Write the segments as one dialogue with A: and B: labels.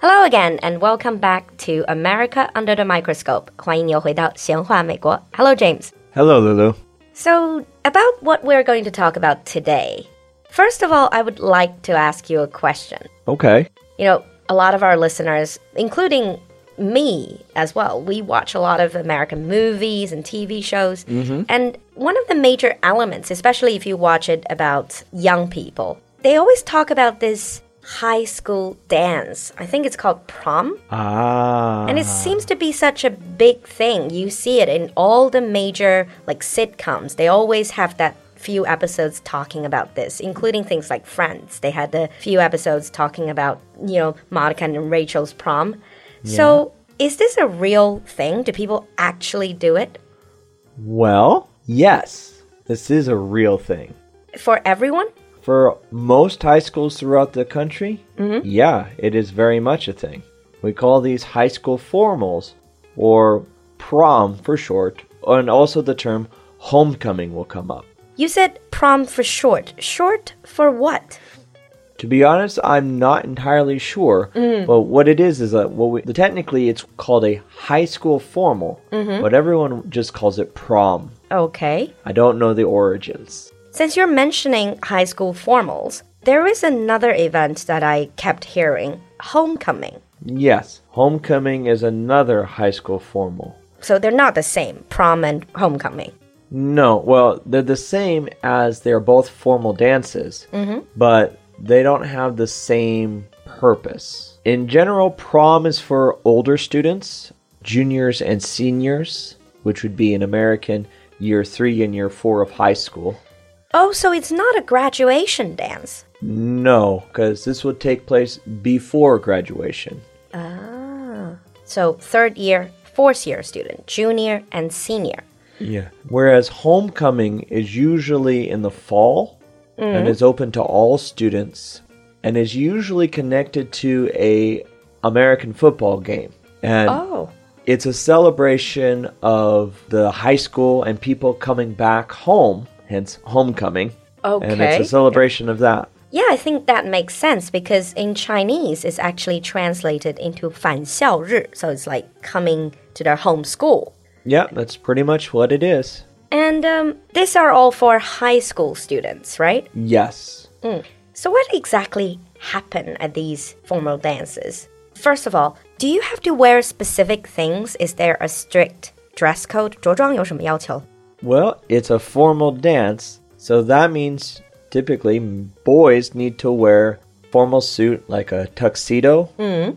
A: Hello again and welcome back to America Under the Microscope. 欢迎又回到闲话美国。Hello James.
B: Hello, Lulu.
A: So, about what we're going to talk about today. First of all, I would like to ask you a question.
B: Okay.
A: You know, a lot of our listeners, including me as well, we watch a lot of American movies and TV shows. And one of the major elements, especially if you watch it about young people, they always talk about this high school dance. I think it's called prom.
B: Ah.
A: And it seems to be such a big thing. You see it in all the major like sitcoms. They always have that few episodes talking about this, including things like Friends. They had the few episodes talking about, you know, Monica and Rachel's prom. So, is this a real thing? Do people actually do it
B: Well, yes, this is a real thing.
A: for everyone?
B: For most high schools throughout the country, yeah, it is very much a thing. We call these high school formals, or prom for short, and also the term homecoming will come up.
A: You said prom for short. Short for what?
B: To be honest, I'm not entirely sure. But what it is is that what we, technically it's called a high school formal, but everyone just calls it prom.
A: Okay.
B: I don't know the origins.
A: Since you're mentioning high school formals, there is another event that I kept hearing homecoming.
B: Yes, homecoming is another high school formal.
A: So they're not the same, prom and homecoming.
B: No, well, they're the same as they're both formal dances, but they don't have the same purpose. In general, prom is for older students, juniors and seniors, which would be in American year three and year four of high school.
A: Oh, so it's not a graduation dance.
B: No, because this would take place before graduation.
A: Ah. So third year, fourth year student, junior and senior.
B: Yeah. Whereas homecoming is usually in the fall
A: Mm.
B: and is open to all students and is usually connected to a American football game. And
A: Oh.
B: it's a celebration of the high school and people coming back home, hence homecoming. And
A: Okay.
B: it's a celebration of that.
A: Yeah, I think that makes sense because in Chinese it's actually translated into 返校日, so it's like coming to their home school.
B: Yeah, that's pretty much what it is.
A: And um, these are all for high school students, right?
B: Yes.
A: So, what exactly happen at these formal dances? First of all, do you have to wear specific things? Is there a strict dress code? 着装有什么要求?
B: Well, it's a formal dance, so that means typically boys need to wear formal suit like a tuxedo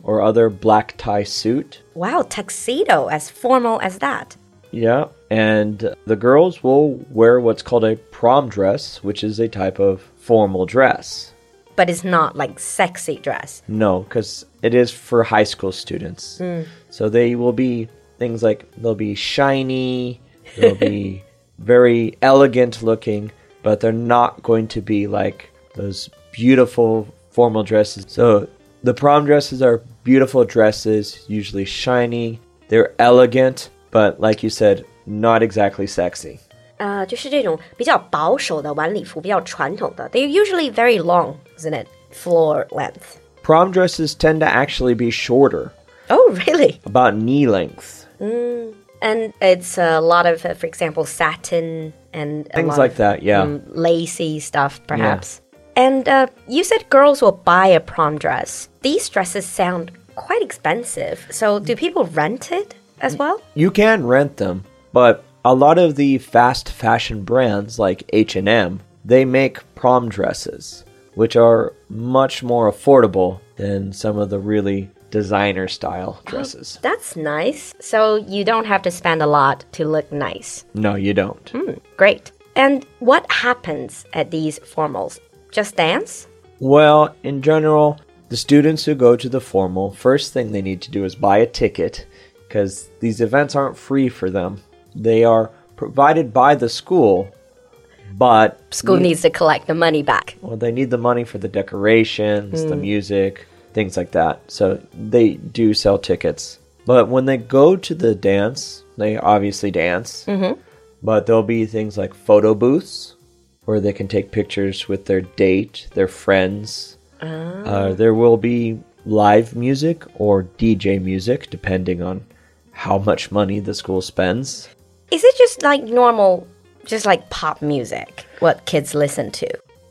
B: or other black tie suit.
A: Wow, tuxedo, as formal as that.
B: Yeah, and the girls will wear what's called a prom dress, which is a type of formal dress.
A: But it's not like sexy dress.
B: No, because it is for high school students. So they will be things like they'll be shiny, they'll be very elegant looking, but they're not going to be like those beautiful formal dresses. So the prom dresses are beautiful dresses, usually shiny, they're elegant, but like you said, not exactly
A: Uh,
B: sexy.
A: 呃，就是这种比较保守的晚礼服，比较传统的。They're usually very long, isn't it? Floor length.
B: Prom dresses tend to actually be shorter,
A: Oh, really?
B: about knee length.
A: And it's a lot of, uh, for example, satin and a lot
B: Things like
A: of, mm,
B: that, yeah.
A: lacy stuff, perhaps. And uh, you said girls will buy a prom dress. These dresses sound quite expensive. So, do people rent it as
B: Mm.
A: well?
B: you can rent them but a lot of the fast fashion brands like h&m they make prom dresses which are much more affordable than some of the really designer style dresses
A: That's nice. So you don't have to spend a lot to look nice.
B: no you don't
A: Great. And what happens at these formals? Just dance?
B: well in general the students who go to the formal first thing they need to do is buy a ticket because these events aren't free for them they are provided by the school but
A: School needs to collect the money back.
B: Well, they need the money for the decorations, the music, things like that. So they do sell tickets. But when they go to the dance, they obviously dance. Mm-hmm. But there'll be things like photo booths where they can take pictures with their date, their friends. Uh, there will be live music or DJ music, depending on how much money the school spends.
A: Is it just like normal, just like pop music, what kids listen to?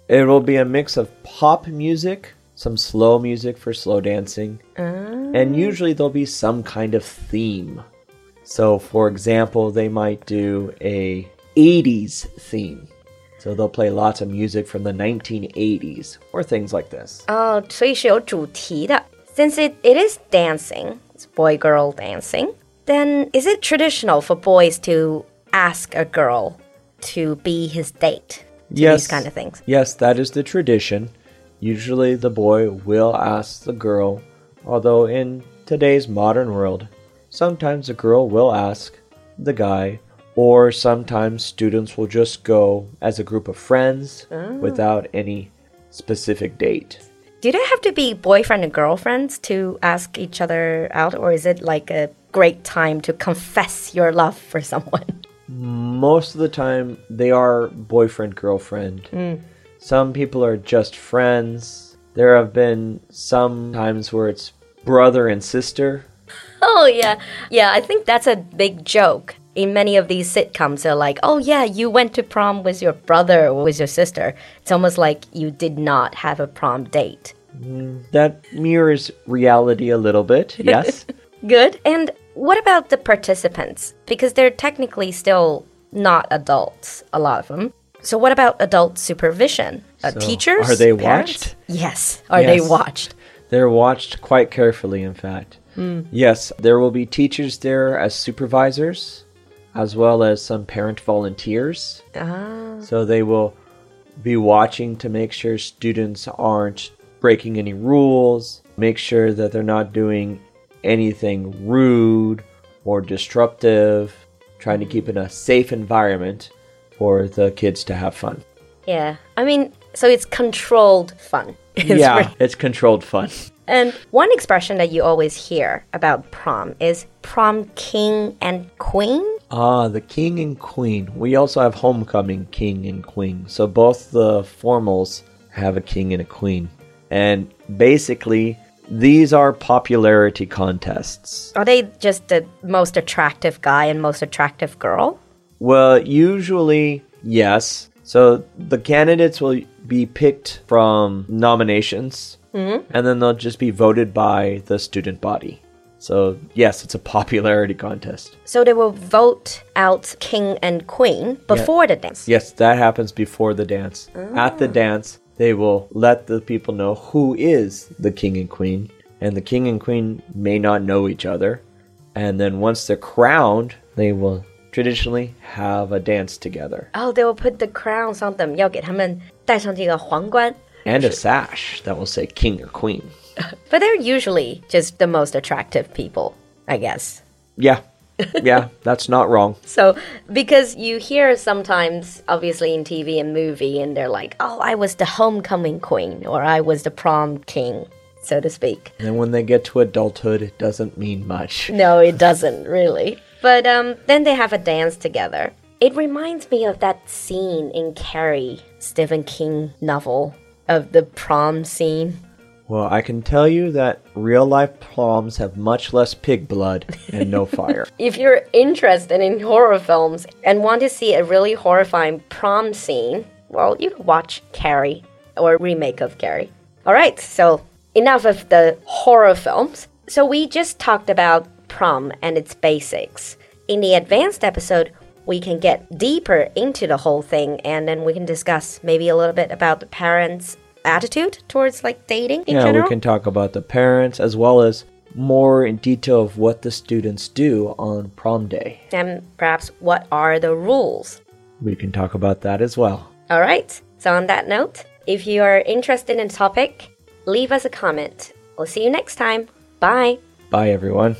B: It will be a mix of pop music, some slow music for slow dancing, and usually there'll be some kind of theme. So, for example, they might do a 80s theme. So they'll play lots of music from the 1980s or things like this.
A: 哦，所以是有主题的。Since it, it is dancing, it's boy girl dancing, then is it traditional for boys to ask a girl to be his date? To These kind of things.
B: Yes, that is the tradition. Usually the boy will ask the girl, although in today's modern world, sometimes the girl will ask the guy, or sometimes students will just go as a group of friends without any specific date.
A: Do they have to be boyfriend and girlfriends to ask each other out, or is it like a great time to confess your love for someone?
B: Most of the time, they are boyfriend girlfriend. Some people are just friends. There have been some times where it's brother and sister.
A: Oh yeah, yeah. I think that's a big joke in many of these sitcoms. They're like, "Oh yeah, you went to prom with your brother or with your sister." It's almost like you did not have a prom date.
B: That mirrors reality a little bit, yes.
A: Good. And what about the participants? Because they're technically still not adults, a lot of them. So what about adult supervision? Uh,
B: So,
A: teachers?
B: are they
A: Parents?
B: watched?
A: Yes. Are they
B: Yes.
A: watched?
B: They're watched quite carefully, in fact. Yes, there will be teachers there as supervisors, as well as some parent volunteers. So they will be watching to make sure students aren't breaking any rules, make sure that they're not doing anything rude or disruptive, trying to keep in a safe environment for the kids to have fun.
A: Yeah. I mean, so it's controlled fun. It's
B: yeah,
A: really-
B: it's controlled fun.
A: And one expression that you always hear about prom is prom king and queen.
B: Ah, the king and queen. We also have homecoming king and queen. So both the formals have a king and a queen. And basically, these are popularity contests.
A: Are they just the most attractive guy and most attractive girl?
B: Well, usually, yes. So the candidates will be picked from nominations, and then they'll just be voted by the student body. So, yes, it's a popularity contest.
A: So they will vote out king and queen before the dance.
B: Yes, that happens before the dance. At the dance, they will let the people know who is the king and queen, and the king and queen may not know each other. And then once they're crowned, they will traditionally have a dance together
A: Oh, they will put the crowns on them. 要给他们戴上这个皇冠。
B: and a sash that will say king or queen.
A: But they're usually just the most attractive people, I guess.
B: Yeah, yeah, that's not wrong.
A: So, because you hear sometimes, obviously in TV and movie, and they're like, oh, I was the homecoming queen, or I was the prom king, so to speak.
B: And then when they get to adulthood, it doesn't mean much.
A: No, it doesn't really. But um, then they have a dance together. It reminds me of that scene in Carrie, Stephen King novel, of the prom scene.
B: Well, I can tell you that real life proms have much less pig blood and no fire.
A: If you're interested in horror films and want to see a really horrifying prom scene, well, you can watch Carrie or a remake of Carrie. All right, so enough of the horror films. So we just talked about prom and its basics. In the advanced episode, we can get deeper into the whole thing and then we can discuss maybe a little bit about the parents' attitude towards like dating in
B: yeah,
A: general.
B: we can talk about the parents as well as more in detail of what the students do on prom day.
A: And perhaps what are the rules?
B: We can talk about that as well.
A: All right. So, on that note, if you are interested in the topic, leave us a comment. We'll see you next time. Bye.
B: Bye, everyone.